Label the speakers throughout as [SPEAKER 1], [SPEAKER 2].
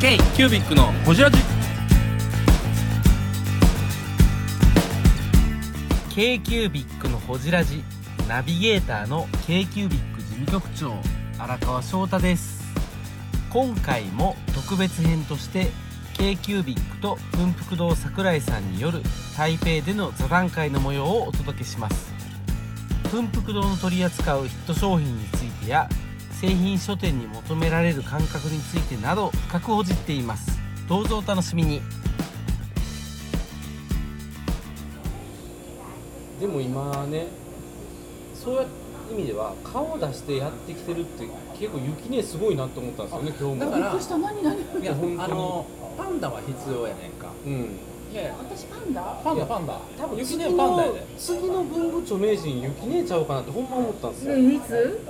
[SPEAKER 1] ケイキュービックのホジラジ
[SPEAKER 2] k c キュービックのほじラジ。ナビゲーターの k c キュービック事務局長荒川翔太です。今回も特別編として k c キュービックと文福堂桜井さんによる台北での座談会の模様をお届けします。文福堂の取り扱うヒット商品についてや製品書店に求められる感覚についてなど深くほじっています。どうぞお楽しみに。でも今ねそういう意味では顔を出してやってきてるって結構雪ねすごいなと思ったんですよね今日
[SPEAKER 3] だ
[SPEAKER 2] も
[SPEAKER 3] か
[SPEAKER 4] びっ
[SPEAKER 3] ら
[SPEAKER 4] くりした何何
[SPEAKER 3] いや
[SPEAKER 2] 本当に
[SPEAKER 3] あのパンダは必要やねんか
[SPEAKER 2] うん
[SPEAKER 3] いやいや
[SPEAKER 4] 私パンダ
[SPEAKER 3] パンダパンダ
[SPEAKER 2] 多分
[SPEAKER 3] 雪
[SPEAKER 2] 次
[SPEAKER 3] ね
[SPEAKER 2] の
[SPEAKER 3] はパンダやで
[SPEAKER 2] 次の文具著名人雪姉ちゃうかなってほんま思ったんですよ、
[SPEAKER 4] うんいつ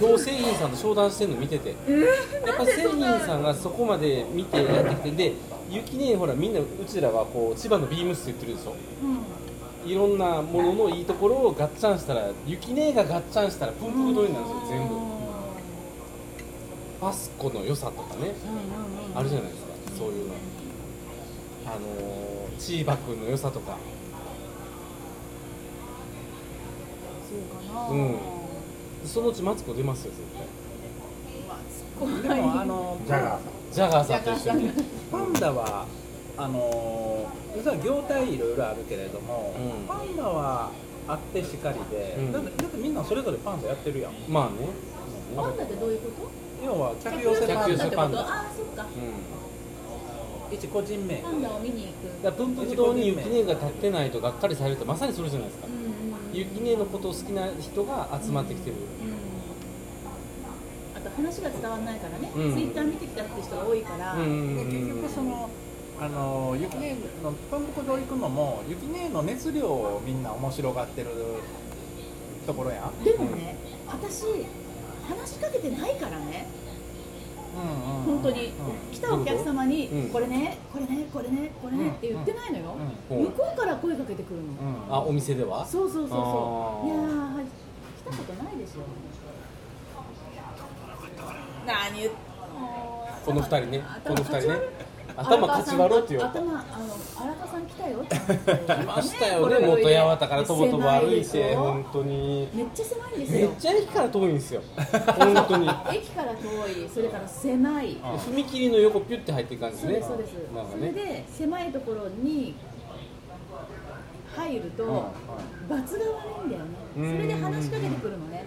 [SPEAKER 2] 今日製品さんと商談してるの見ててやっぱ製品さんがそこまで見てやってきてで雪姉ほらみんなうちらはこう千葉のビームスって言ってるでしょ
[SPEAKER 4] う
[SPEAKER 2] いろんなもののいいところをガッチャンしたら雪姉がガッチャンしたらプンプン通りなんですよ全部パスコの良さとかねあるじゃないですかそういうのあのー、チーバくんの良さとか
[SPEAKER 4] そうかな
[SPEAKER 2] うんそのうちマツコ出ますよ絶対
[SPEAKER 3] でもあのジャガー
[SPEAKER 2] ジャガーさんと
[SPEAKER 4] ジ
[SPEAKER 2] 一
[SPEAKER 4] ャ
[SPEAKER 2] 緒
[SPEAKER 4] ガ
[SPEAKER 2] に
[SPEAKER 4] ーさん
[SPEAKER 3] パンダはあの実は業態いろいろあるけれども、
[SPEAKER 2] うん
[SPEAKER 3] パンダはあってしかりで、
[SPEAKER 2] うん
[SPEAKER 3] だってだってみんなそれぞれパンダやってるやん
[SPEAKER 2] まあね
[SPEAKER 4] パンダってどういうこと
[SPEAKER 3] 要は客寄せパ
[SPEAKER 2] 客
[SPEAKER 3] ン
[SPEAKER 2] 寄
[SPEAKER 3] ダ
[SPEAKER 2] せ
[SPEAKER 4] って
[SPEAKER 2] パ
[SPEAKER 4] こ
[SPEAKER 2] ン
[SPEAKER 4] と
[SPEAKER 2] ダ
[SPEAKER 4] ああそっか
[SPEAKER 2] うん
[SPEAKER 3] 一個人名
[SPEAKER 4] パンダを見に
[SPEAKER 2] だ
[SPEAKER 4] 行
[SPEAKER 2] か
[SPEAKER 4] く
[SPEAKER 2] らプンプン堂に雪姉が立ってないとがっかりされるってまさにそれじゃないですか
[SPEAKER 4] うんうんうん
[SPEAKER 2] 雪姉のことを好きな人が集まってきてる
[SPEAKER 4] うんあと話が伝わらないからね
[SPEAKER 2] うん
[SPEAKER 4] ツイッター見てきたって人が多いから
[SPEAKER 2] うんう
[SPEAKER 4] うん
[SPEAKER 2] ん
[SPEAKER 3] で結
[SPEAKER 2] うん
[SPEAKER 3] 局その、あの雪姉のパンコ堂行くのも雪姉の熱量をみんな面白がってるところやん
[SPEAKER 4] でもね私話しかけてないからね本当に来たお客様に
[SPEAKER 2] うん
[SPEAKER 4] これねこれねこれねこれねって言ってないのよ向こうから声かけてくるの
[SPEAKER 2] あお店では
[SPEAKER 4] そうそうそう
[SPEAKER 2] あ
[SPEAKER 4] そ
[SPEAKER 2] ー
[SPEAKER 4] ういやーはい来たことないでしょ何言って
[SPEAKER 2] この二人ねこ
[SPEAKER 4] 頭
[SPEAKER 2] の二人ね
[SPEAKER 4] 頭
[SPEAKER 2] 頭
[SPEAKER 4] か
[SPEAKER 2] か
[SPEAKER 4] ち
[SPEAKER 2] ち割
[SPEAKER 4] 割ろ
[SPEAKER 2] ろ
[SPEAKER 4] う
[SPEAKER 2] うっ
[SPEAKER 4] っ
[SPEAKER 2] てて言
[SPEAKER 4] 言わ
[SPEAKER 2] わ
[SPEAKER 4] れ
[SPEAKER 2] れた
[SPEAKER 4] た頭あの荒川さん来たよって言って
[SPEAKER 2] 来ましたよね 元八幡からとぼとぼ歩いて本当に
[SPEAKER 4] めっちゃ狭いんです
[SPEAKER 2] めっ
[SPEAKER 4] よ
[SPEAKER 2] ちゃ駅から遠いんですよ本当に
[SPEAKER 4] 駅から遠いそれから狭い
[SPEAKER 2] 踏切の横ピュッて入っていく感じ
[SPEAKER 4] そう
[SPEAKER 2] ね
[SPEAKER 4] ですそうです、
[SPEAKER 2] なんか
[SPEAKER 4] それ
[SPEAKER 2] ね
[SPEAKER 4] で狭いところに入ると、罰が悪いんだよねそれで話しかけてくるのね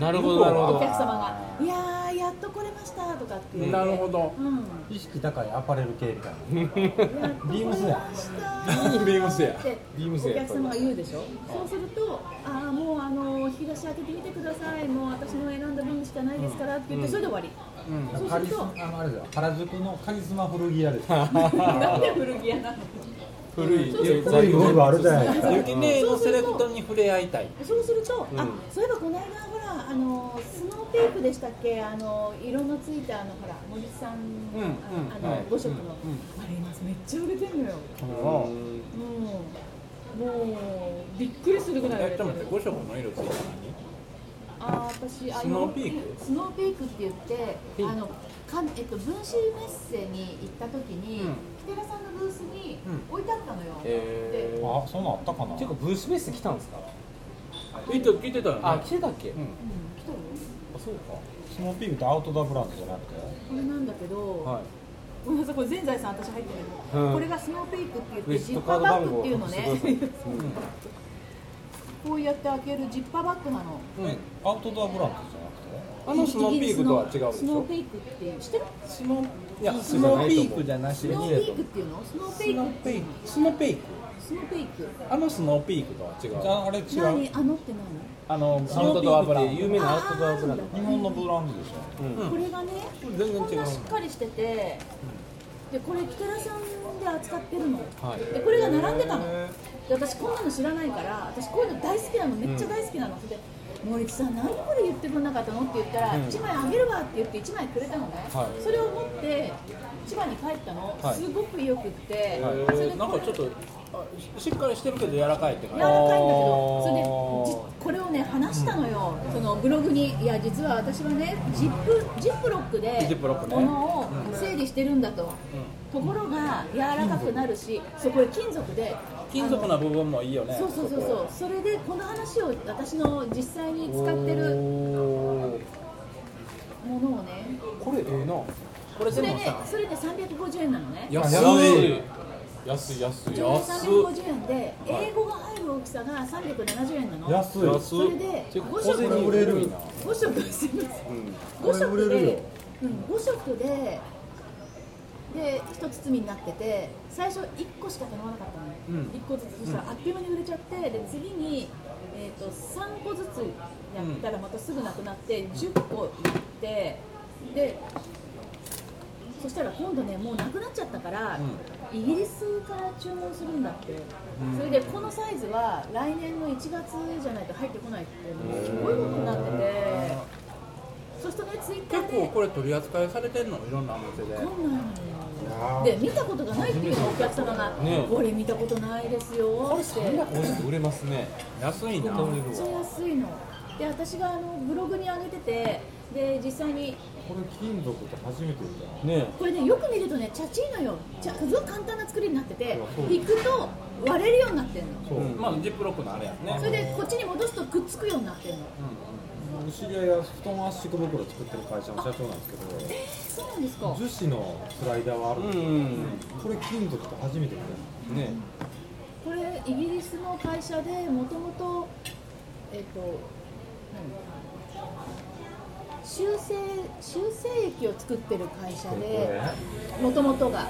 [SPEAKER 2] なるほどなるほど
[SPEAKER 4] お客様が「いやーやっと来れました」とかって言って
[SPEAKER 3] なるほど
[SPEAKER 4] うん、
[SPEAKER 5] 意識高いアパレル系みたいな
[SPEAKER 4] や っと来れました
[SPEAKER 2] 何ビームスや
[SPEAKER 4] って
[SPEAKER 2] ビーム
[SPEAKER 4] お
[SPEAKER 2] スや
[SPEAKER 4] 客様が言うでしょそうすると「ああもうあの引き出し開けてみてくださいもう私の選んだ分しかないですから」って言ってそれで終わり、そうす
[SPEAKER 5] カ
[SPEAKER 4] る
[SPEAKER 5] リス
[SPEAKER 4] と
[SPEAKER 5] マああれですよ原宿のカリスマ古着屋 です
[SPEAKER 4] なんで古着屋なの
[SPEAKER 2] 古い
[SPEAKER 5] 古い
[SPEAKER 2] ゴ
[SPEAKER 5] ゴルフあるじゃないですか
[SPEAKER 3] 雪姉のセレクトに触れ合いたい
[SPEAKER 4] そうすると、
[SPEAKER 2] うん
[SPEAKER 4] あそういえばこの間ほらあのスノーペープでしたっけあの色のついたあのほら森さん、
[SPEAKER 3] うん
[SPEAKER 4] ああの、
[SPEAKER 2] はい
[SPEAKER 4] 5色の、あれ今めっちゃ売れてんのよもうもうびっくりするぐらい売
[SPEAKER 3] え
[SPEAKER 4] れ
[SPEAKER 3] ちょってと
[SPEAKER 4] る
[SPEAKER 3] 待って5色の色ついたのに
[SPEAKER 4] あ私あ
[SPEAKER 3] スノーピー
[SPEAKER 4] クスノーピークって言って
[SPEAKER 2] ピーク
[SPEAKER 4] あのかんえっと分子メッセに行った時に、
[SPEAKER 3] うん
[SPEAKER 4] キテラさんのブースに
[SPEAKER 3] う
[SPEAKER 4] 置いてあったのよ、
[SPEAKER 2] えー
[SPEAKER 5] あそんなんあったかな
[SPEAKER 2] ていうかブースベース来たんですか
[SPEAKER 3] 聞いて聞いてたよね
[SPEAKER 2] あ来てたっけ
[SPEAKER 3] うん
[SPEAKER 4] うん来たよ
[SPEAKER 2] あそうか
[SPEAKER 5] スモーピークってアウトドアブランドじゃなくて
[SPEAKER 4] これなんだけど、
[SPEAKER 2] はい
[SPEAKER 4] ごめんなさいこれ全財産私入ってる、
[SPEAKER 2] うん
[SPEAKER 4] これがスノーペイクって言っ
[SPEAKER 2] クレジ
[SPEAKER 4] てジ
[SPEAKER 2] ッ
[SPEAKER 4] ッ
[SPEAKER 2] ト
[SPEAKER 4] パ
[SPEAKER 2] カー
[SPEAKER 4] ー
[SPEAKER 2] ド番
[SPEAKER 4] バッグ
[SPEAKER 2] 号
[SPEAKER 4] っていうの
[SPEAKER 2] 教えてくださ
[SPEAKER 4] ね
[SPEAKER 2] いうん
[SPEAKER 4] こうやって開けるジッパーバッグなの
[SPEAKER 5] えアウトドアブランドじゃなくて
[SPEAKER 2] あのスノーピークとは違うでしょ
[SPEAKER 4] イギリスのスノーペイクっていう知ってる
[SPEAKER 3] スノーいや
[SPEAKER 2] ピーク
[SPEAKER 3] ス
[SPEAKER 2] じゃ
[SPEAKER 3] ノ
[SPEAKER 2] な
[SPEAKER 3] ー
[SPEAKER 2] いと思う
[SPEAKER 3] ピークじゃなし
[SPEAKER 4] ス
[SPEAKER 3] に
[SPEAKER 4] ノーペイクっていうのスノーペイ
[SPEAKER 3] ス
[SPEAKER 4] ク
[SPEAKER 3] ノーピークスノーピーク
[SPEAKER 4] スノーペイク
[SPEAKER 3] あのスノーピークとは違
[SPEAKER 5] じ
[SPEAKER 3] う
[SPEAKER 5] ゃああれ違う
[SPEAKER 4] 何あのって
[SPEAKER 3] あの
[SPEAKER 2] ス
[SPEAKER 3] アウ
[SPEAKER 2] ノー
[SPEAKER 3] ト
[SPEAKER 2] ピ
[SPEAKER 3] ドアブラ
[SPEAKER 2] ークって
[SPEAKER 3] ン
[SPEAKER 2] 有名なアウトドアブランド
[SPEAKER 5] 日本のブランドでしょ
[SPEAKER 2] うん
[SPEAKER 4] 何これがね
[SPEAKER 3] 全然違う
[SPEAKER 4] こんなしっかりしててでこれキテラさんで扱ってるの
[SPEAKER 2] はい
[SPEAKER 4] でこれが並んでたので私こんなの知らないから私こういうの大好きなのめっちゃ大好きなの、それで「森木さん何これ言ってくんなかったの?」って言ったら「
[SPEAKER 2] うん
[SPEAKER 4] 1枚あげるわ」って言って1枚くれたのね、
[SPEAKER 2] はい
[SPEAKER 4] それを持って千葉に帰ったの、
[SPEAKER 2] はい
[SPEAKER 4] すごくよくって、
[SPEAKER 2] はい
[SPEAKER 4] それ
[SPEAKER 3] なんかちょっとあししっかりしてるけど柔らかいって
[SPEAKER 4] 柔
[SPEAKER 3] 感
[SPEAKER 4] らかいんだけ
[SPEAKER 2] あー
[SPEAKER 4] どそれでじこれをね話したのよ、そのブログにいや実は私はねジップジップロックで
[SPEAKER 3] ジップロックね
[SPEAKER 4] 物を整理してるんだと、ところが柔らかくなるしそうこれ金属で
[SPEAKER 3] 金属の部分もいいよね
[SPEAKER 4] そうそうそうそうそれでこの話を私の実際に使って
[SPEAKER 3] お
[SPEAKER 4] る
[SPEAKER 3] ー
[SPEAKER 4] ものをね
[SPEAKER 3] これええなこれ
[SPEAKER 4] そ
[SPEAKER 3] で
[SPEAKER 4] れ
[SPEAKER 3] も
[SPEAKER 4] で
[SPEAKER 3] さ
[SPEAKER 4] それで350円なのね
[SPEAKER 3] 安い
[SPEAKER 5] 安い安い
[SPEAKER 4] 上
[SPEAKER 5] 安
[SPEAKER 4] 限350円で英語が入る大きさが370円なの
[SPEAKER 5] い安い
[SPEAKER 4] それで
[SPEAKER 3] てか
[SPEAKER 4] 5
[SPEAKER 3] 小
[SPEAKER 4] 色
[SPEAKER 3] 銭
[SPEAKER 5] これ売れるな
[SPEAKER 4] 5色すいません
[SPEAKER 3] うん
[SPEAKER 5] こ
[SPEAKER 4] 5
[SPEAKER 5] れ売
[SPEAKER 4] 色
[SPEAKER 5] れるよ
[SPEAKER 4] で、うん、5色でで一包みになってて最初1個しか頼まなかったのね、
[SPEAKER 3] うん
[SPEAKER 4] 1個ずつそしたらあっという間に売れちゃってで次に、えー、と3個ずつやったらまたすぐなくなって10個いってでそしたら今度ねもうなくなっちゃったから、イギリスから注文するんだって、それでこのサイズは来年の1月じゃないと入ってこないってもうすごいことになってて。そうするとね、ツイッタ
[SPEAKER 3] 結
[SPEAKER 4] ー
[SPEAKER 3] 構
[SPEAKER 4] で、
[SPEAKER 3] これ取り扱いされてんのいろんなお店で
[SPEAKER 4] こんなんあるのよ。で、見たことがないっていうのお客様が、
[SPEAKER 5] ね
[SPEAKER 4] これ見たことないですよって。
[SPEAKER 5] 売れますね
[SPEAKER 3] 安いな
[SPEAKER 4] めっちゃ安いの。で、私があのブログに上げてて、で、実際に、
[SPEAKER 5] これ金属って初めて見たな
[SPEAKER 3] ね
[SPEAKER 4] これね、よく見るとね、チャチいのよ。ちゃすごい簡単な作りになってて
[SPEAKER 5] そう、
[SPEAKER 4] 引くと割れるようになってんの。
[SPEAKER 5] そう、
[SPEAKER 3] うんまあジップロックのあれやね
[SPEAKER 4] それで、こっちに戻すとくっつくようになってんの。
[SPEAKER 5] 知り合いが布団圧縮袋作ってる会社の社長なんですけど
[SPEAKER 4] そうなんですか。
[SPEAKER 5] 樹脂のスライダーはあるん
[SPEAKER 3] う
[SPEAKER 5] ですよ、
[SPEAKER 3] ん
[SPEAKER 5] これ金属って初めて見
[SPEAKER 3] ね
[SPEAKER 4] これイギリスの会社でもともとえっ、と何修正修正液を作ってる会社
[SPEAKER 5] た
[SPEAKER 4] でもともとが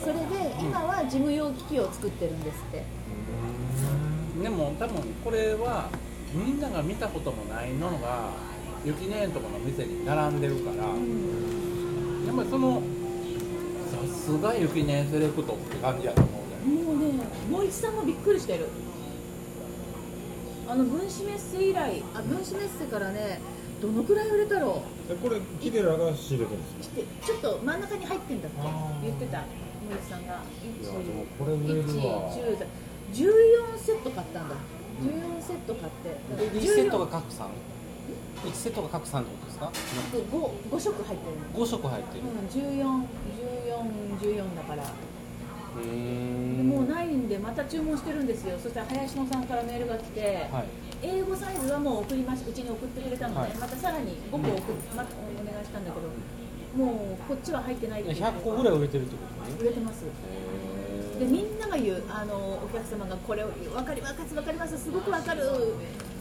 [SPEAKER 4] それで今は事務用機器を作ってるんですって
[SPEAKER 3] でも多分これはみんなが見たこともないのが雪ねえとこの店に並んでるからやっぱりそのさすが雪ねえセレクトって感じやと思うね
[SPEAKER 4] もうね森一さんもびっくりしてるあの分子メッセ以来あ分子メッセからねどのくらい売れたろう
[SPEAKER 5] でこれキレラが仕入れてるんですよ
[SPEAKER 4] ちょっとちょっと真ん中に入ってんだって
[SPEAKER 5] あー
[SPEAKER 4] 言ってた森一さんが一
[SPEAKER 5] いやでもこれ売れるわ
[SPEAKER 4] 14セット買ったんだ14セット買って
[SPEAKER 2] 1セットが各3 1セットが各3ってことですか
[SPEAKER 4] 5, 5色入ってる
[SPEAKER 2] 5色入ってる
[SPEAKER 4] の、うん、141414だから
[SPEAKER 2] うー
[SPEAKER 4] で
[SPEAKER 2] ん
[SPEAKER 4] もうないんでまた注文してるんですよそしたら林野さんからメールが来て、
[SPEAKER 2] はい
[SPEAKER 4] 英語サイズはもう送りましうちに送ってくれたので、
[SPEAKER 2] はい
[SPEAKER 4] またさらに5個送っ、ま、お願いしたんだけどもうこっちは入ってないって
[SPEAKER 2] 100個ぐらい売れてるってことね
[SPEAKER 4] 売れてますでみんなが言うあのお客様がこれを分かります分かりますすごく分かるやっ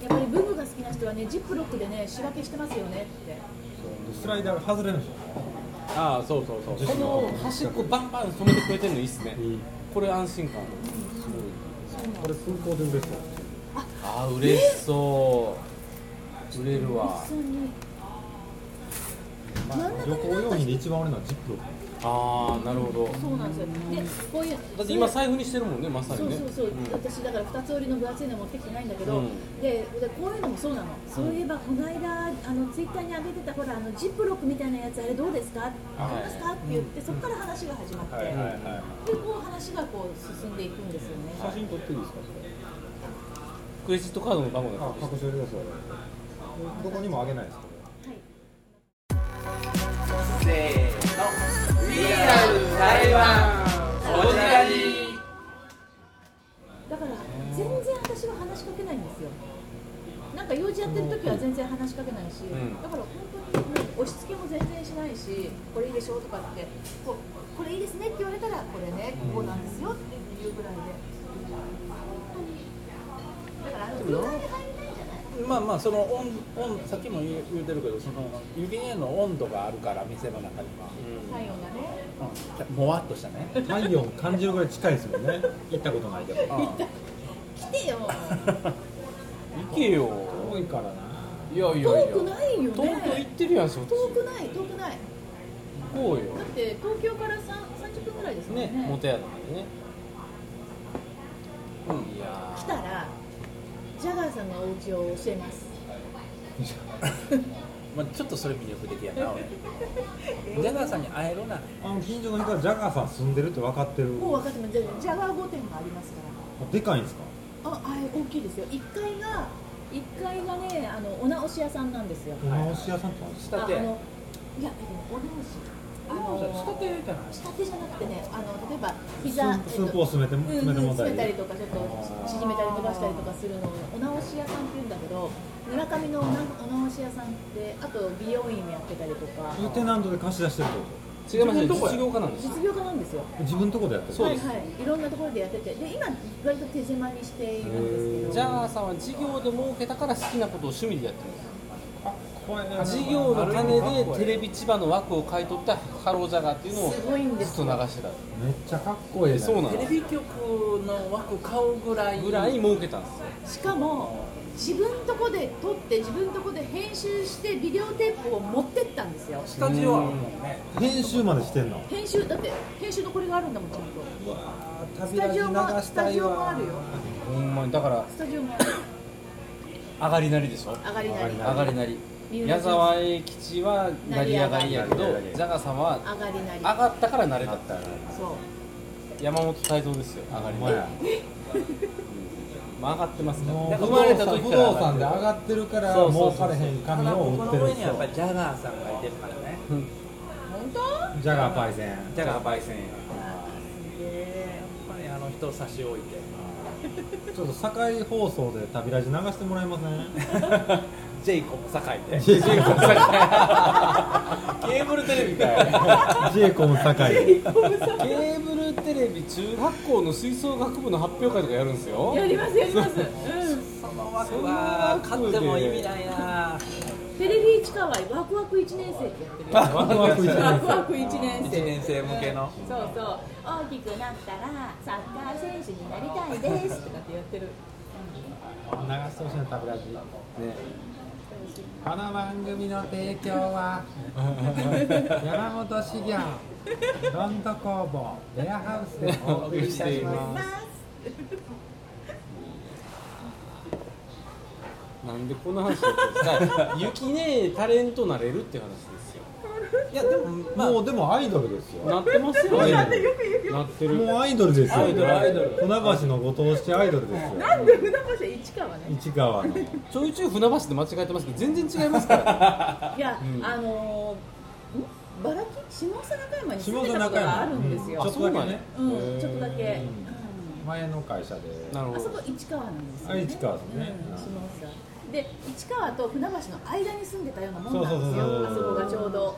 [SPEAKER 4] ぱり文具が好きな人はねジップロックでね仕分けしてますよねって
[SPEAKER 5] でスライダーが外れるんですよ
[SPEAKER 2] ああそうそうそうこの端っこバンバン止めてくれてるのいいっすねこれ安心感ある
[SPEAKER 4] そうな
[SPEAKER 5] これ
[SPEAKER 4] の
[SPEAKER 5] 空港で売れそう
[SPEAKER 2] あー嬉しそう売れるわ
[SPEAKER 4] そうね真ん中に
[SPEAKER 5] 旅行用品で一番売れるのはジップロック
[SPEAKER 2] ああなるほど
[SPEAKER 4] そうなんですよでこういう
[SPEAKER 2] だって今財布にしてるもんねまさ
[SPEAKER 4] そ
[SPEAKER 2] に
[SPEAKER 4] う
[SPEAKER 2] ね
[SPEAKER 4] そうそう、
[SPEAKER 2] ん
[SPEAKER 4] 私だから2つ折りの分厚いの持ってきてないんだけど、
[SPEAKER 2] うん
[SPEAKER 4] ででこういうのもそうなの、そういえばこの間あのツイッターに上げてたほらあのジップロックみたいなやつあれどうですかありますかって言って、そこから話が始まって、で
[SPEAKER 5] は
[SPEAKER 4] こう話がこう進んでいくんですよね、
[SPEAKER 5] 写真撮っていいですか
[SPEAKER 2] クレジットカードの番号だ
[SPEAKER 5] それあ隠してくださいどこにもあげないです
[SPEAKER 4] は い
[SPEAKER 2] こちらに
[SPEAKER 4] だから全然私は話しかけないんですよなんか用事やってる時は全然話しかけないし、
[SPEAKER 2] ん
[SPEAKER 4] だから本当にもう押し付けも全然しないしこれいいでしょとかってこうこれいいですねって言われたらこれねこうなんですよっていうぐらいで本当にだからあの空間に入りたいんじゃない
[SPEAKER 3] まあまあその温温さっきも言う言うてるけどその雪ねえの温度があるから店の中には、
[SPEAKER 4] 体温がね
[SPEAKER 3] うんもわっとしたね
[SPEAKER 5] けど太陽感じるぐらい近いですもんね行ったことないけど
[SPEAKER 4] 来てよ
[SPEAKER 2] 行けよ
[SPEAKER 5] 遠いからない
[SPEAKER 2] やいやいや
[SPEAKER 4] 遠くないよ
[SPEAKER 2] 東京行
[SPEAKER 4] ね
[SPEAKER 2] ってるやんそっち
[SPEAKER 4] 遠くない遠くない
[SPEAKER 2] 行こうよ
[SPEAKER 4] だって東京からさん30分ぐらいですもん
[SPEAKER 2] ね
[SPEAKER 4] ね
[SPEAKER 2] 元宿までねいや
[SPEAKER 4] 来たらジャガーさんのお家を教えます
[SPEAKER 3] まあ、ちょっとそれ魅力的やな俺 ジャガーさんに会えるな
[SPEAKER 5] あの近所の人はジャガーさん住んでるって分かってる
[SPEAKER 4] もう分かってますジャガー御殿がありますか
[SPEAKER 5] でかいんですから
[SPEAKER 4] ああれ大きいですよ1階が1階がねあのお直し屋さんなんですよ
[SPEAKER 5] お直し屋さんってあるんです
[SPEAKER 3] 仕
[SPEAKER 5] か
[SPEAKER 4] あ
[SPEAKER 3] 立
[SPEAKER 4] あの
[SPEAKER 3] て
[SPEAKER 4] いやお直しあの
[SPEAKER 3] 仕立てじゃない
[SPEAKER 4] 仕立てじゃなくてねあの例えば膝
[SPEAKER 5] スープスープを詰めて
[SPEAKER 4] うん
[SPEAKER 5] 詰め
[SPEAKER 4] う
[SPEAKER 5] て
[SPEAKER 4] ん
[SPEAKER 5] 問
[SPEAKER 4] 詰めた
[SPEAKER 5] 題
[SPEAKER 4] り
[SPEAKER 5] で
[SPEAKER 4] とかちょっと縮めたり伸ばしたりとかするのをお直し屋さんっていうんだけど村上のおなお直し屋さんってあと美容院もやってたりとか
[SPEAKER 5] ルテナントで貸し出してるってこ
[SPEAKER 2] 違います
[SPEAKER 3] 自分のとこ
[SPEAKER 2] 実
[SPEAKER 3] や
[SPEAKER 2] 業家なんです
[SPEAKER 4] 実業家なんですよ
[SPEAKER 5] と自分のとこでやってる
[SPEAKER 2] そうです
[SPEAKER 4] はいはい、いろんなところでやっててで今割と手狭にしているんですけど
[SPEAKER 2] ジャガーさんは事業で儲けたから好きなことを趣味でやってるんです
[SPEAKER 5] あこれね
[SPEAKER 2] 事業の金でテレビ千葉の枠を買い取ったハロージャガーっていうのをず
[SPEAKER 4] すごいんです
[SPEAKER 2] っと
[SPEAKER 4] よ
[SPEAKER 2] 流してた
[SPEAKER 5] めっちゃかっこいいね
[SPEAKER 2] そうな
[SPEAKER 3] テ
[SPEAKER 2] の
[SPEAKER 3] レビ局の枠買うぐらい
[SPEAKER 2] ぐらい儲けたんですよ
[SPEAKER 4] しかも自分とこで撮って自分とこで編集してビデオテープを持ってったんですよ
[SPEAKER 3] スタジオあるもんね
[SPEAKER 5] 編集までしてんの
[SPEAKER 4] 編集だって編集のこれがあるんだもんちゃんとス
[SPEAKER 5] ス
[SPEAKER 4] タジオもスタジオもあるよ
[SPEAKER 2] ほんまにだから
[SPEAKER 4] スタジオもある
[SPEAKER 2] 上がりなりでしょ
[SPEAKER 4] 上がりなり
[SPEAKER 5] 上
[SPEAKER 2] 上がりなり
[SPEAKER 4] 三浦
[SPEAKER 2] 矢沢永吉は成り上がりやけど
[SPEAKER 5] 成り上がり
[SPEAKER 2] ジャガーさんは
[SPEAKER 4] 上がりなり
[SPEAKER 2] 上がったから慣れた
[SPEAKER 5] だ
[SPEAKER 2] っ
[SPEAKER 5] ってたら
[SPEAKER 4] そう
[SPEAKER 2] 山本泰造ですよ上がりな
[SPEAKER 5] ま
[SPEAKER 2] り
[SPEAKER 5] や
[SPEAKER 2] まあ上がってますから
[SPEAKER 5] も
[SPEAKER 2] だから
[SPEAKER 5] う不
[SPEAKER 2] 生まれ
[SPEAKER 5] 動
[SPEAKER 2] た
[SPEAKER 5] 産
[SPEAKER 2] 時
[SPEAKER 5] 不
[SPEAKER 2] から
[SPEAKER 5] 動産で上がってるから
[SPEAKER 2] そうそう
[SPEAKER 5] 儲
[SPEAKER 2] そう
[SPEAKER 5] かれへん
[SPEAKER 3] た
[SPEAKER 5] 紙
[SPEAKER 3] だ
[SPEAKER 5] を
[SPEAKER 3] こ
[SPEAKER 5] 売
[SPEAKER 3] こ
[SPEAKER 5] っ
[SPEAKER 3] の
[SPEAKER 5] てる
[SPEAKER 3] 上
[SPEAKER 5] 人
[SPEAKER 3] にはやっぱりジャガーさんがいてるからね
[SPEAKER 2] うん
[SPEAKER 4] 本当
[SPEAKER 5] ジャガーパイセン
[SPEAKER 3] ジャガー焙煎や
[SPEAKER 4] すげえ
[SPEAKER 3] っぱりあの人を差し置いて
[SPEAKER 5] ちょっと堺放送で旅ラジ流してもらえません
[SPEAKER 3] ジェイコム堺で
[SPEAKER 5] ジェイコム堺
[SPEAKER 2] ケーブルテレビかよ
[SPEAKER 5] ジェイコム堺
[SPEAKER 2] ケーブルテレビ中学校の吹奏楽部の発表会とかやるんですよ
[SPEAKER 4] やりますやります、うん、
[SPEAKER 3] その枠は買っても意味ないな
[SPEAKER 4] テレビ市川はワクワク1年生ってやってるよ
[SPEAKER 5] ワクワクじゃな
[SPEAKER 4] ワ
[SPEAKER 5] い
[SPEAKER 4] クワク1年生
[SPEAKER 3] 一年生向けの
[SPEAKER 4] うんそうそう大きくなったらサッカー選手になりたいですとかってやってる
[SPEAKER 5] 流してほしいな旅ラジ
[SPEAKER 2] ね
[SPEAKER 5] この番組の提供は山本資源ロンド工房レアハウスでお送りいたし
[SPEAKER 4] ま
[SPEAKER 5] ます
[SPEAKER 2] なんでこの話をしたんですか雪ねタレントなれるっていう話ですよ
[SPEAKER 3] いやでもまあ
[SPEAKER 5] もうでもアイドルですよ
[SPEAKER 2] なってますよ
[SPEAKER 5] アイド
[SPEAKER 2] ね
[SPEAKER 5] ル
[SPEAKER 2] なってる
[SPEAKER 5] もうアイドルですよ
[SPEAKER 2] アイドルアイドル
[SPEAKER 5] 船橋のご当地アイドルですよ
[SPEAKER 4] すなんで船橋市川ね
[SPEAKER 5] 市川の
[SPEAKER 2] ちょいちょい船橋で間違えてますけど全然違い ますから、
[SPEAKER 4] いや、
[SPEAKER 2] うん
[SPEAKER 4] あのーんバラキ下総中山に住んでたことがあるんです
[SPEAKER 5] うんちょ
[SPEAKER 4] よ
[SPEAKER 5] っとだけね
[SPEAKER 4] うん、ちょっとだけ、
[SPEAKER 5] うん前の会社で
[SPEAKER 2] なる
[SPEAKER 4] うんあ
[SPEAKER 2] ほ
[SPEAKER 4] そ
[SPEAKER 2] ど
[SPEAKER 4] こ市川なんですよ
[SPEAKER 5] あ
[SPEAKER 4] ね
[SPEAKER 5] 市川ですね
[SPEAKER 4] うん、
[SPEAKER 5] うん
[SPEAKER 4] 下総で市川と船橋の間に住んでたようなもんなんです
[SPEAKER 5] そう
[SPEAKER 4] よ
[SPEAKER 5] そう
[SPEAKER 4] あ
[SPEAKER 5] そ
[SPEAKER 4] そ
[SPEAKER 5] うそう
[SPEAKER 4] こがちょうど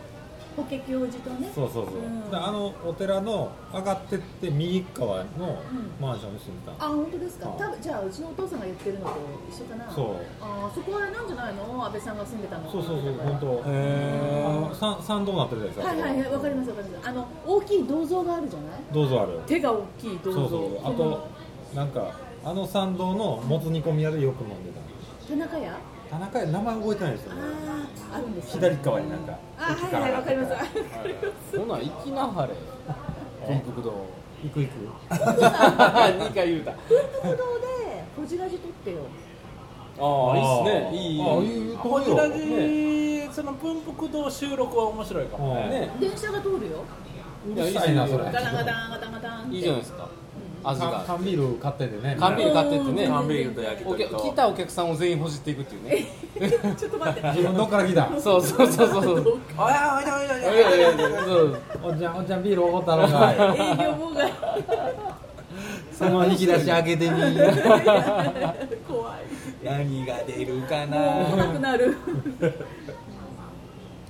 [SPEAKER 4] 法華教授とね
[SPEAKER 5] そうそうそう、
[SPEAKER 4] うん
[SPEAKER 5] であのお寺の上がってって右側の
[SPEAKER 4] う
[SPEAKER 5] マンションに住んでた
[SPEAKER 4] あ、本当ですか。
[SPEAKER 5] はい
[SPEAKER 4] 多分じゃあうちのお父さんが言ってるのと一緒かな。
[SPEAKER 5] そう
[SPEAKER 4] あー、そこはあれなんじゃないの？安倍さんが住んでたの。
[SPEAKER 5] そうそうそう本当
[SPEAKER 2] へ
[SPEAKER 5] あ
[SPEAKER 2] え
[SPEAKER 5] の参参道になってるじ
[SPEAKER 4] は
[SPEAKER 5] ゃな
[SPEAKER 4] いい
[SPEAKER 5] で
[SPEAKER 4] はいはい、
[SPEAKER 5] すか
[SPEAKER 4] わかりますわかります。あの大きい銅像があるじゃない？
[SPEAKER 5] どうぞある
[SPEAKER 4] 手が大きい銅
[SPEAKER 5] そ
[SPEAKER 4] 像。
[SPEAKER 5] うそうあとなんかあの参道のもつ煮込み屋でよく飲んでた
[SPEAKER 4] 田中屋？
[SPEAKER 5] 田中屋名前覚えてないですよね
[SPEAKER 4] ああ、あるんです。
[SPEAKER 5] 左側になんか
[SPEAKER 4] あ、はいはい、わかります。 わかります
[SPEAKER 2] ほな行きなはれ金福堂
[SPEAKER 5] 行く行く
[SPEAKER 2] 2回言うた
[SPEAKER 4] 文福堂でこじらじ取ってよ。
[SPEAKER 2] ああいいっすねいい
[SPEAKER 5] ああいい
[SPEAKER 3] こ
[SPEAKER 5] と
[SPEAKER 3] ち
[SPEAKER 5] こ
[SPEAKER 3] ら
[SPEAKER 5] よ
[SPEAKER 3] でその文福堂収録は面白いかもね
[SPEAKER 2] ね
[SPEAKER 4] 電車が通るよ。
[SPEAKER 5] うるさいなそれ
[SPEAKER 2] いやいいっすね
[SPEAKER 4] ガタンガタンガタンガタンって。
[SPEAKER 2] いいじゃないですかあず
[SPEAKER 5] 缶
[SPEAKER 2] が
[SPEAKER 5] 缶ビール買っててね
[SPEAKER 2] 缶ビール買ってってね
[SPEAKER 4] うん
[SPEAKER 3] 缶ビールと焼き
[SPEAKER 2] お
[SPEAKER 3] 鳥
[SPEAKER 2] 客
[SPEAKER 3] と
[SPEAKER 2] 来たお客さんを全員ほじっていくっていうね
[SPEAKER 4] ちょっと待って。
[SPEAKER 5] 自分どっから来た
[SPEAKER 2] そうそうそうそうそう
[SPEAKER 3] おやおいでおいでおい
[SPEAKER 2] い
[SPEAKER 3] で
[SPEAKER 2] やいやいやそう
[SPEAKER 5] おっちゃんおっちゃんビールおごったろかい
[SPEAKER 4] 営業妨害
[SPEAKER 5] その引き出し開けてみ
[SPEAKER 4] 怖い。
[SPEAKER 3] 何が出るか
[SPEAKER 4] 来なく
[SPEAKER 3] な
[SPEAKER 4] なる。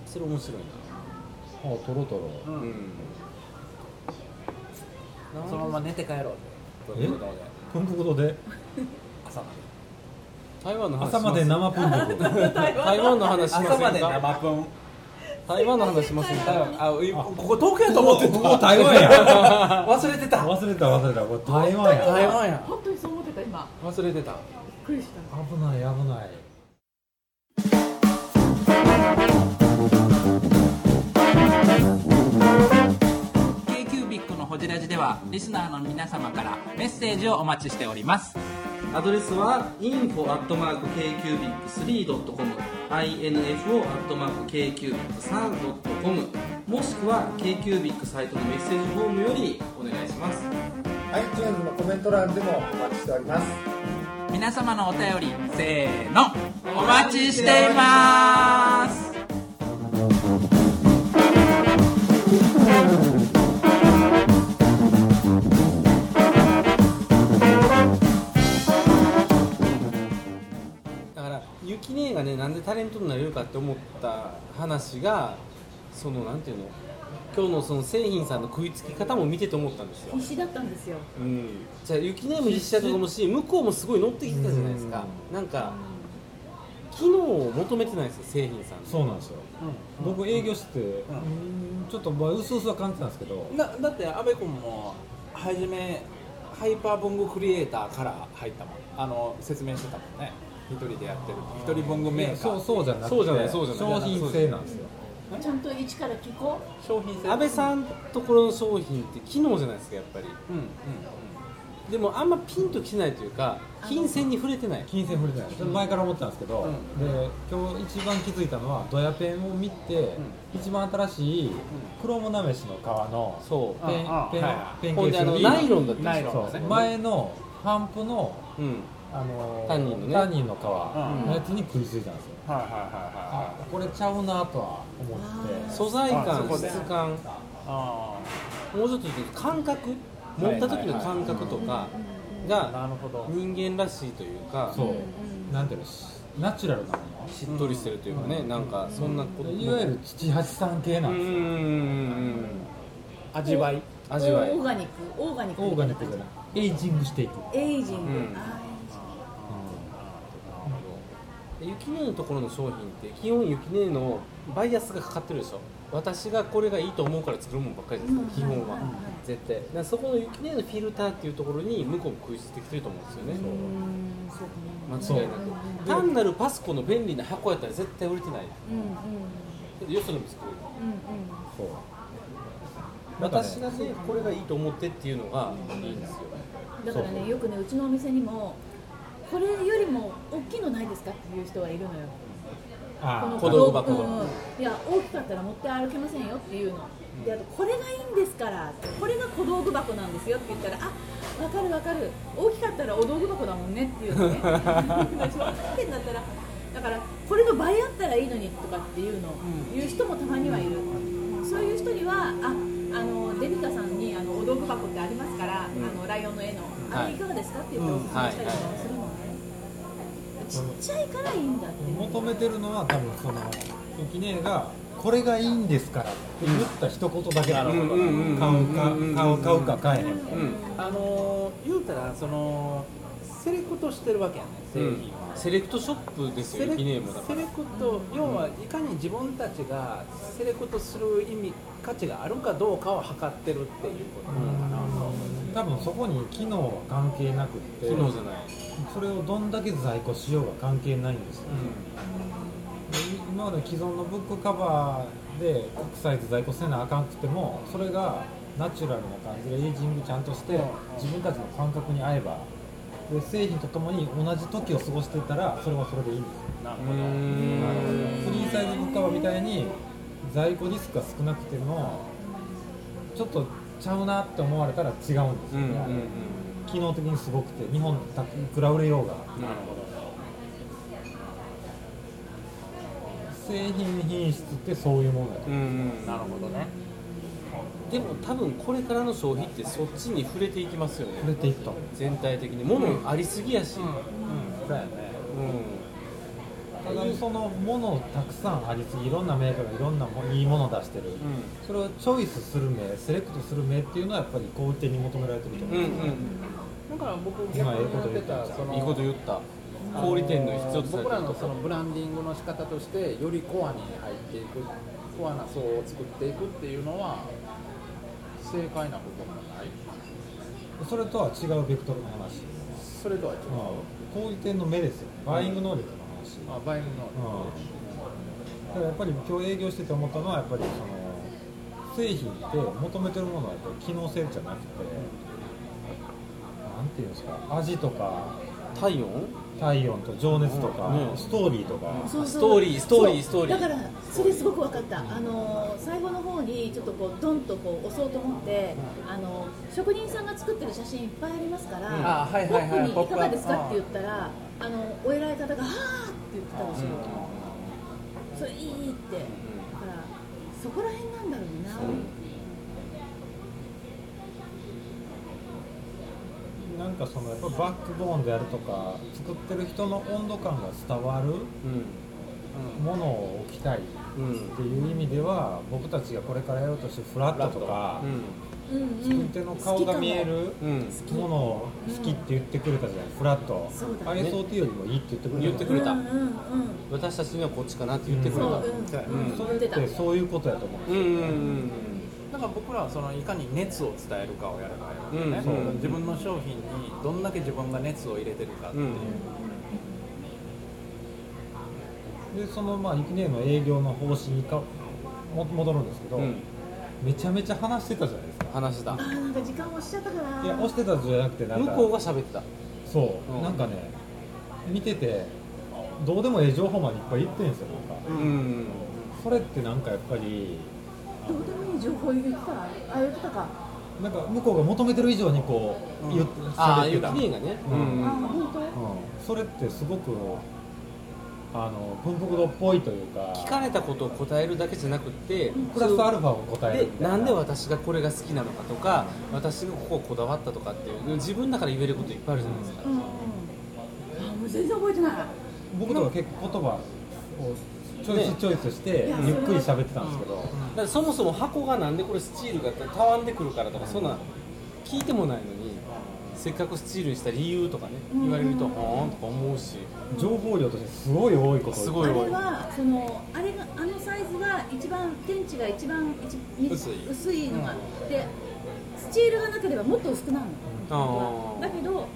[SPEAKER 2] それ面白い
[SPEAKER 5] おトロトロ
[SPEAKER 3] う
[SPEAKER 2] なうんん
[SPEAKER 3] そのまま寝て帰ろう
[SPEAKER 5] え
[SPEAKER 3] 文福堂で
[SPEAKER 5] プンプク堂で
[SPEAKER 3] 朝まで
[SPEAKER 2] 台湾の話し
[SPEAKER 5] 朝まで生プンプ ク
[SPEAKER 2] 台湾の話しませんか
[SPEAKER 3] 朝まで生プン
[SPEAKER 2] 台湾の話しません
[SPEAKER 4] 台
[SPEAKER 2] か
[SPEAKER 4] 湾
[SPEAKER 3] あいここ東京やと思って
[SPEAKER 5] こ
[SPEAKER 3] た
[SPEAKER 5] こ台湾 や
[SPEAKER 3] 忘れてた
[SPEAKER 5] 忘れた忘れたこれ台湾や
[SPEAKER 3] 台湾や
[SPEAKER 4] 本当にそう思ってた今。
[SPEAKER 2] 忘れてた
[SPEAKER 4] びっくりした。
[SPEAKER 5] 危ない危ない
[SPEAKER 3] 「k q b i c のほじラジ」ではリスナーの皆様からメッセージをお待ちしております
[SPEAKER 1] アドレスは info.kcubic3.com info.kcubic3.com もしくは KQBIC サイトのメッセージフォームよりお願いします
[SPEAKER 6] iTunes のコメント欄でもお待ちしております
[SPEAKER 3] 皆皆様のお便りせーのお待ちしていますだから雪姉がねなんでタレントになれるかって思った話がそのなんていうの今日のその製品さんの食いつき方も見てて思ったんですよ
[SPEAKER 4] 必死だったんですよ
[SPEAKER 3] うんじゃあ雪姉も必死だと思うし向こうもすごい乗ってきてたじゃないですかなんか機能を求めてないですよ製品さん
[SPEAKER 5] そうなんですよ僕営業してて、うんちょっとまあうすうすは感じたんですけど、
[SPEAKER 3] なだって阿部君も初めハイパーボンゴクリエイターから入ったもんあの説明してたもんね一人でやってるって一人ボンゴメーカー
[SPEAKER 5] そうそうじゃなくて
[SPEAKER 3] そうじゃないそうじゃない
[SPEAKER 5] 商品性なんですよ
[SPEAKER 4] ちゃんと一から聞こう
[SPEAKER 3] 商品性
[SPEAKER 1] 安倍さんところの商品って機能じゃないですかやっぱり
[SPEAKER 3] うんうん
[SPEAKER 1] でもあんまピンときてないというか金銭に触れてない
[SPEAKER 5] 金銭触れてないそれ前から思ってたんですけど、
[SPEAKER 3] うん
[SPEAKER 5] で今日一番気づいたのはドヤペンを見て、一番新しいクロモナメシの革の
[SPEAKER 1] そう
[SPEAKER 5] ペン
[SPEAKER 3] ああ
[SPEAKER 5] ペン
[SPEAKER 3] はい
[SPEAKER 5] ペンケ
[SPEAKER 1] ほん
[SPEAKER 5] ー
[SPEAKER 1] で
[SPEAKER 5] ス
[SPEAKER 1] あの
[SPEAKER 5] に
[SPEAKER 1] ナイロンだった
[SPEAKER 3] ナイロン
[SPEAKER 5] そう前のハンプの
[SPEAKER 1] うん
[SPEAKER 5] あのー
[SPEAKER 1] タンニンのね
[SPEAKER 5] タンニンの革
[SPEAKER 3] うん
[SPEAKER 5] のやつに食いついたんですよ、
[SPEAKER 3] はいはいはいはい
[SPEAKER 5] あこれちゃうなとは思って
[SPEAKER 1] 素材
[SPEAKER 3] あそ
[SPEAKER 1] 感
[SPEAKER 3] こで
[SPEAKER 1] 質感
[SPEAKER 3] あ
[SPEAKER 1] もうちょっと言うと感覚持った時の感覚とか
[SPEAKER 3] あな
[SPEAKER 1] が
[SPEAKER 3] るほど
[SPEAKER 1] 人間らしいというか
[SPEAKER 5] そう、
[SPEAKER 4] ん
[SPEAKER 5] なんていうのナチュラルなも
[SPEAKER 1] しっとりしてるというかねなんかそんなこと
[SPEAKER 5] のいわゆる土八さん系な
[SPEAKER 1] うんん
[SPEAKER 5] ですよ、
[SPEAKER 3] 味わい
[SPEAKER 1] 味わい
[SPEAKER 4] オーガニックオーガニック
[SPEAKER 5] オーガニックじゃないエイジングしていく
[SPEAKER 4] エイジング、
[SPEAKER 1] うん
[SPEAKER 4] あ
[SPEAKER 1] 雪姉のところの商品って基本雪姉のバイアスがかかってるでしょ私がこれがいいと思うから作るもんばっかりですから、
[SPEAKER 4] うん
[SPEAKER 1] 基本は、
[SPEAKER 4] うん
[SPEAKER 1] 絶対だからそこの雪姉のフィルターっていうところに向こうも食いついてきてると思うんですよね、
[SPEAKER 4] ーうんそうかな
[SPEAKER 1] 間違いなく単なるパスコの便利な箱やったら絶対売れてない
[SPEAKER 4] うんうんうん
[SPEAKER 1] よそにも作る
[SPEAKER 4] うん
[SPEAKER 5] そうなんかね
[SPEAKER 1] 私がねこれがいいと思ってっていうのがいいんですよ
[SPEAKER 4] だから
[SPEAKER 5] そう
[SPEAKER 4] ねよくねうちのお店にもこれよりも大きいのないですかっていう人はいるのよこ
[SPEAKER 5] あ
[SPEAKER 4] の
[SPEAKER 1] 小道具箱
[SPEAKER 4] うんいや大きかったら持って歩けませんよっていうのであとこれがいいんですからこれが小道具箱なんですよって言ったらあわかるわかる大きかったらお道具箱だもんねっていう のね私は分かってんだったらだからこれの倍あったらいいのにとかっていうの、言う人もたまにはいるそういう人にはああのデビカさんにあのお道具箱ってありますから、あのライオンの絵のあ
[SPEAKER 1] は
[SPEAKER 4] れ
[SPEAKER 1] い
[SPEAKER 4] いかがですかって言っておすすめしたりとかもするもんね、ちっちゃいからいいんだっていう
[SPEAKER 5] 求めてるのは多分その雪姉がこれがいいんですからって言った一言だけなの
[SPEAKER 1] うんうんうん
[SPEAKER 5] 買うか買う買うか買えへんか
[SPEAKER 1] うん
[SPEAKER 3] あのー、言うたらそのセレクトしてるわけやね製
[SPEAKER 1] うん
[SPEAKER 3] 品は、
[SPEAKER 1] セレクトショップです
[SPEAKER 3] セ
[SPEAKER 1] よ
[SPEAKER 3] レ
[SPEAKER 1] 雪姉もだか
[SPEAKER 3] セ
[SPEAKER 1] ら
[SPEAKER 3] レクト要はいかに自分たちがセレクトする意味価値があるかどうかを測ってるっていうことなのかな、
[SPEAKER 5] 多分そこに機能は関係なくって
[SPEAKER 1] 機能じゃない、
[SPEAKER 5] それをどんだけ在庫しようが関係ないんですよ、今まで既存のブックカバーで各サイズ在庫せなあかんくてもそれがナチュラルな感じでエイジングちゃんとして自分たちの感覚に合えばで製品とともに同じ時を過ごしてたらそれはそれでいいんですよ
[SPEAKER 3] なる
[SPEAKER 1] うーん
[SPEAKER 5] フリーサイズブックカバーみたいに在庫リスクが少なくてもちょっとちゃうなって思われたら違うんですよね、
[SPEAKER 1] うんうんうん
[SPEAKER 5] 機能的にすごくて日本たくいくら売れようが
[SPEAKER 1] なるほ
[SPEAKER 5] 製品品質ってそういうもんだよ
[SPEAKER 1] どうんうん
[SPEAKER 3] なるほどね
[SPEAKER 1] でも多分これからの消費ってそっちに触れていきますよ
[SPEAKER 5] 売れ
[SPEAKER 1] ね
[SPEAKER 5] ていくと
[SPEAKER 1] 全体的に物ありすぎやし、
[SPEAKER 3] うんそうやね
[SPEAKER 1] う
[SPEAKER 5] ただそのものたくさんありすぎいろんなメーカーがいろんなもいいものを出してる、それをチョイスする目セレクトする目っていうのはやっぱり小売店に求められてると思
[SPEAKER 1] ん、う
[SPEAKER 5] う、
[SPEAKER 1] ん
[SPEAKER 3] だから僕逆
[SPEAKER 5] 今ええ
[SPEAKER 3] に
[SPEAKER 5] こ
[SPEAKER 3] や
[SPEAKER 5] と
[SPEAKER 3] って
[SPEAKER 5] 言った
[SPEAKER 3] たそ
[SPEAKER 1] うん
[SPEAKER 3] の
[SPEAKER 1] いいこと言った小売店の必要とされ
[SPEAKER 3] 僕
[SPEAKER 1] て
[SPEAKER 3] ら
[SPEAKER 1] る
[SPEAKER 3] のそのブランディングの仕方としてよりコアに入っていくコアな層を作っていくっていうのは正解なこともない
[SPEAKER 5] それとは違うベクトルの話、
[SPEAKER 3] それとは違う、
[SPEAKER 5] うん、小売店の目ですよバイング能力の話、
[SPEAKER 3] あバイオリンの
[SPEAKER 5] うん、だからやっぱり今日営業してて思ったのはやっぱりその製品って求めてるものはやっぱり機能性じゃなくてなんていうんですか味とか
[SPEAKER 1] 体温
[SPEAKER 5] 体温と情熱とか、
[SPEAKER 1] うん
[SPEAKER 5] ストーリーとか、
[SPEAKER 4] そうそう
[SPEAKER 1] ストーリーストーリー
[SPEAKER 4] そう
[SPEAKER 1] ストーリー
[SPEAKER 4] だからそれすごく分かったあのー最後の方にちょっとこうドンとこう押そうと思ってあのー職人さんが作ってる写真いっぱいありますから、
[SPEAKER 3] あはいはいはい
[SPEAKER 4] ポップにいかがです
[SPEAKER 3] ポッ
[SPEAKER 4] かって
[SPEAKER 3] プアッ
[SPEAKER 4] 言ったらあのお偉い方が「はあ!」って言ってたんですよ、それいいってだからそこら辺なんだろうな、
[SPEAKER 5] なんかそのやっぱバックボーンであるとか作ってる人の温度感が伝わるものを置きたいっ
[SPEAKER 1] うんうん
[SPEAKER 5] ていう意味では僕たちがこれからやろうとしてるフラットとか、
[SPEAKER 4] うんうん、
[SPEAKER 5] 作り手の顔が見える
[SPEAKER 1] うんうん
[SPEAKER 4] 好き
[SPEAKER 5] ものを
[SPEAKER 4] うん
[SPEAKER 5] 好きって言ってくれたじゃない、フラット
[SPEAKER 4] そうだね
[SPEAKER 5] ISOT よりもいいって言ってくれた
[SPEAKER 1] 言ってくれた
[SPEAKER 4] うんうんうん
[SPEAKER 1] 私たちにはこっちかなって言ってくれた
[SPEAKER 4] そう
[SPEAKER 1] うん
[SPEAKER 4] うん
[SPEAKER 1] うん
[SPEAKER 5] それってそういうことやと思う、
[SPEAKER 1] うんうんうん
[SPEAKER 3] だから僕らはそのいかに熱を伝えるかをやればいいわけね、
[SPEAKER 1] うんうん
[SPEAKER 3] 自分の商品にどんだけ自分が熱を入れてるかっていう、
[SPEAKER 1] うん
[SPEAKER 5] でそのまあ雪姉の営業の方針にかも戻るんですけど、
[SPEAKER 1] うんうん
[SPEAKER 5] めちゃめちゃ話してたじゃないですか
[SPEAKER 1] 話した
[SPEAKER 4] あーなんか時間押しちゃったかない
[SPEAKER 5] や押してたじゃなくてなん
[SPEAKER 1] 向
[SPEAKER 5] か
[SPEAKER 1] こうが喋ってた
[SPEAKER 5] そう、
[SPEAKER 1] うん
[SPEAKER 5] なんかね見ててどうでもええ情報までいっぱい言ってんですよなんか
[SPEAKER 1] うんうん
[SPEAKER 5] それってなんかやっぱり
[SPEAKER 4] どうでもいい情報言ってたらあ言ってたか
[SPEAKER 5] なんか向こうが求めてる以上にこう、
[SPEAKER 3] うん
[SPEAKER 5] 言っ
[SPEAKER 1] あ
[SPEAKER 5] 喋
[SPEAKER 1] あ
[SPEAKER 5] っ
[SPEAKER 1] ゆ
[SPEAKER 5] て
[SPEAKER 1] き
[SPEAKER 5] た
[SPEAKER 1] ねがね
[SPEAKER 5] う
[SPEAKER 1] うん
[SPEAKER 4] あ
[SPEAKER 1] んうん
[SPEAKER 4] 本当
[SPEAKER 5] うんそれってすごくあの文福堂っぽいというか
[SPEAKER 1] 聞かれたことを答えるだけじゃなくって
[SPEAKER 5] プラスアルファを答える
[SPEAKER 1] で
[SPEAKER 5] みたい
[SPEAKER 1] なんで私がこれが好きなのかとか私がここをこだわったとかっていう自分だから言えることいっぱいあるじゃないですか、
[SPEAKER 4] うんうんあもう全然覚えてない
[SPEAKER 5] 僕とか結構言葉をちょいちょいちょいちょいして
[SPEAKER 4] ね
[SPEAKER 5] ゆっくり喋ってたんですけど、
[SPEAKER 1] だからそもそも箱がなんでこれスチールがたわんでくるからとかそんな聞いてもないのにせっかくスチールにした理由とかね
[SPEAKER 4] うん
[SPEAKER 1] 言われるとはーんとか思うし
[SPEAKER 5] 情報量としてすごい多いことを
[SPEAKER 1] す
[SPEAKER 4] あ
[SPEAKER 1] ごい
[SPEAKER 4] れ
[SPEAKER 1] 多い
[SPEAKER 4] はそのあれがあのサイズが一番天地が一番一み
[SPEAKER 1] 薄い
[SPEAKER 4] 薄いのが、でスチールがなければもっと薄くなるの
[SPEAKER 1] あ
[SPEAKER 4] だけど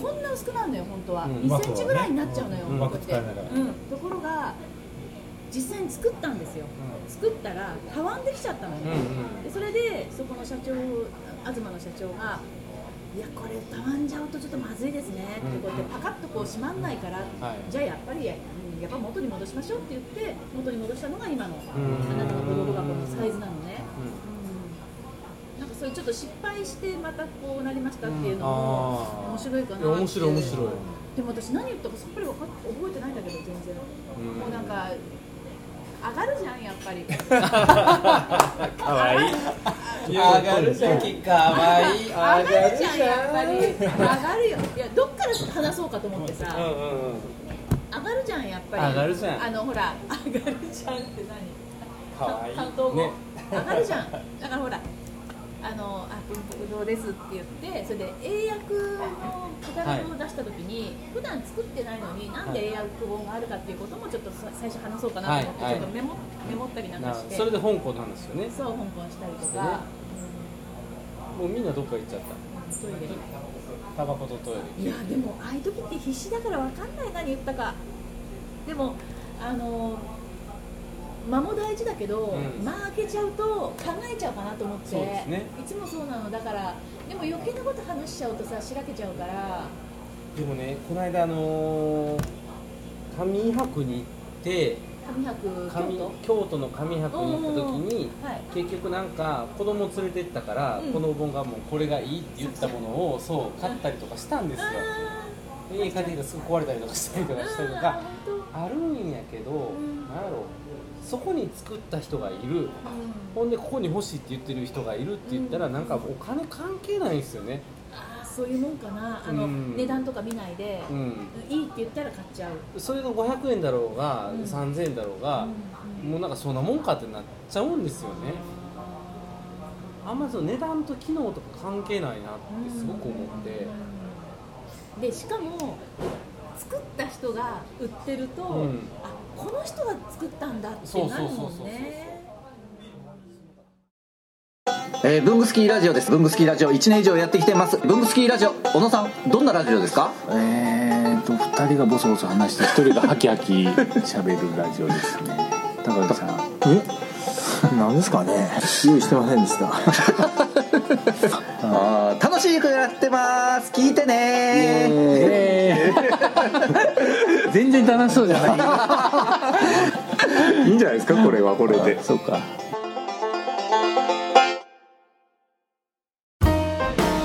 [SPEAKER 4] こんな薄くなるのよ本当は、
[SPEAKER 1] うん
[SPEAKER 4] 2センチぐらいになっちゃうのよ、
[SPEAKER 1] うん
[SPEAKER 4] こうやっ
[SPEAKER 5] うまく使いながら
[SPEAKER 4] て、うん、ところが実際に作ったんですよ、作ったらたわんできちゃったのよ、
[SPEAKER 1] うんうん
[SPEAKER 4] でそれでそこの社長東の社長が「いやこれたわんじゃうとちょっとまずいですね」
[SPEAKER 1] うん
[SPEAKER 4] ってこうやってパカッとこう閉まんないから、
[SPEAKER 1] い
[SPEAKER 4] じゃあやっぱりうんやっぱ元に戻しましょうって言って元に戻したのが今の
[SPEAKER 1] ん
[SPEAKER 4] あなたの子供箱のサイズなのね、
[SPEAKER 1] う
[SPEAKER 4] うんなんかそういうちょっと失敗してまたこうなりましたっていうのも
[SPEAKER 1] あー
[SPEAKER 4] 面白いかなって
[SPEAKER 1] や面白い面白い、うん
[SPEAKER 4] でも私何言ったかさっぱりわかっ覚えてないんだけど全然、もうなんか上がるじゃんやっぱり
[SPEAKER 1] かわいい
[SPEAKER 5] 上がる
[SPEAKER 1] 先かわいい
[SPEAKER 4] 上がるじゃんやっぱり上がるよいやどっから話そうかと思ってさ
[SPEAKER 1] うんうんうん
[SPEAKER 4] 上がるじゃんやっぱり
[SPEAKER 1] 上がるじゃん
[SPEAKER 4] あのほら上がるじゃんって
[SPEAKER 1] かわい
[SPEAKER 4] 何担当
[SPEAKER 1] い
[SPEAKER 4] 語、
[SPEAKER 1] ね
[SPEAKER 4] 上がるじゃんだからほらあのあ文福堂ですって言ってそれで英訳のカタログを出した時に、普段作ってないのになんで英訳本があるかっていうこともちょっとさ最初話そうかなと思って、
[SPEAKER 1] はい
[SPEAKER 4] ちょっとメモメモったりなんか
[SPEAKER 1] な
[SPEAKER 4] して
[SPEAKER 1] それで香港の話よね
[SPEAKER 4] そう香港したりと
[SPEAKER 1] そうね
[SPEAKER 4] か、
[SPEAKER 1] もうみんなどっか行っちゃった
[SPEAKER 4] トイレ
[SPEAKER 1] タバコとトイレ
[SPEAKER 4] いやでもああいう時って必死だから分かんない何言ったかでもあの間も大事だけど、
[SPEAKER 1] うん
[SPEAKER 4] 間開けちゃうと考えちゃうかなと思って
[SPEAKER 1] そうですね
[SPEAKER 4] いつもそうなのだからでも余計なこと話しちゃうとさしらけちゃうから
[SPEAKER 1] でもねこの間あのー、紙博に行って
[SPEAKER 4] 紙博
[SPEAKER 1] 紙
[SPEAKER 4] 京都
[SPEAKER 1] 京都の紙博に行った時に
[SPEAKER 4] はい
[SPEAKER 1] 結局なんか子供連れてったから、
[SPEAKER 4] うん
[SPEAKER 1] このお盆がもうこれがいいって言ったものをそう買ったりとかしたんですよ
[SPEAKER 4] あ
[SPEAKER 1] で家帰ってきたらすぐ壊れたりとかしたりと
[SPEAKER 4] ー
[SPEAKER 1] かしたりと
[SPEAKER 4] あ
[SPEAKER 1] か
[SPEAKER 4] ー本
[SPEAKER 1] あるんやけど、
[SPEAKER 4] ん
[SPEAKER 1] なんやろそこに作った人がいる
[SPEAKER 4] 当
[SPEAKER 1] ほ
[SPEAKER 4] うん
[SPEAKER 1] んでここに欲しいって言ってる人がいるって言ったら、
[SPEAKER 4] うん
[SPEAKER 1] なんかお金関係ないんですよね
[SPEAKER 4] あーそういうもんかなあの、
[SPEAKER 1] うん
[SPEAKER 4] 値段とか見ないで、
[SPEAKER 1] うん
[SPEAKER 4] いいって言ったら買っちゃう、
[SPEAKER 1] それが500円だろうが、
[SPEAKER 4] うん
[SPEAKER 1] 3000円だろうが、
[SPEAKER 4] うん
[SPEAKER 1] もうなんかそんなもんかってなっちゃうんですよねあんまりその値段と機能とか関係ないなってすごく思って
[SPEAKER 4] でしかも作った人が売ってると、
[SPEAKER 1] うん
[SPEAKER 4] あこの人が作ったんだってなるもんね
[SPEAKER 6] えー、ブングスキーラジオですブングスキーラジオ1年以上やってきてますブングスキーラジオ小野さんどんなラジオですか
[SPEAKER 7] えーと2人がボソボソ話して1人がハキハキ喋るラジオですね高木さん
[SPEAKER 8] えなんですかね用意してませんでした
[SPEAKER 6] あー楽しい曲やってます聞いてね
[SPEAKER 8] え
[SPEAKER 7] 全然楽しそうじゃない
[SPEAKER 8] いいんじゃないですかこれはこれで
[SPEAKER 7] そうか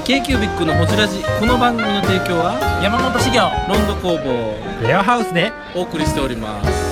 [SPEAKER 2] k q b i c のホジラジこの番組の提供は山本資源ロンド工房
[SPEAKER 5] レアハウスで
[SPEAKER 2] お送りしております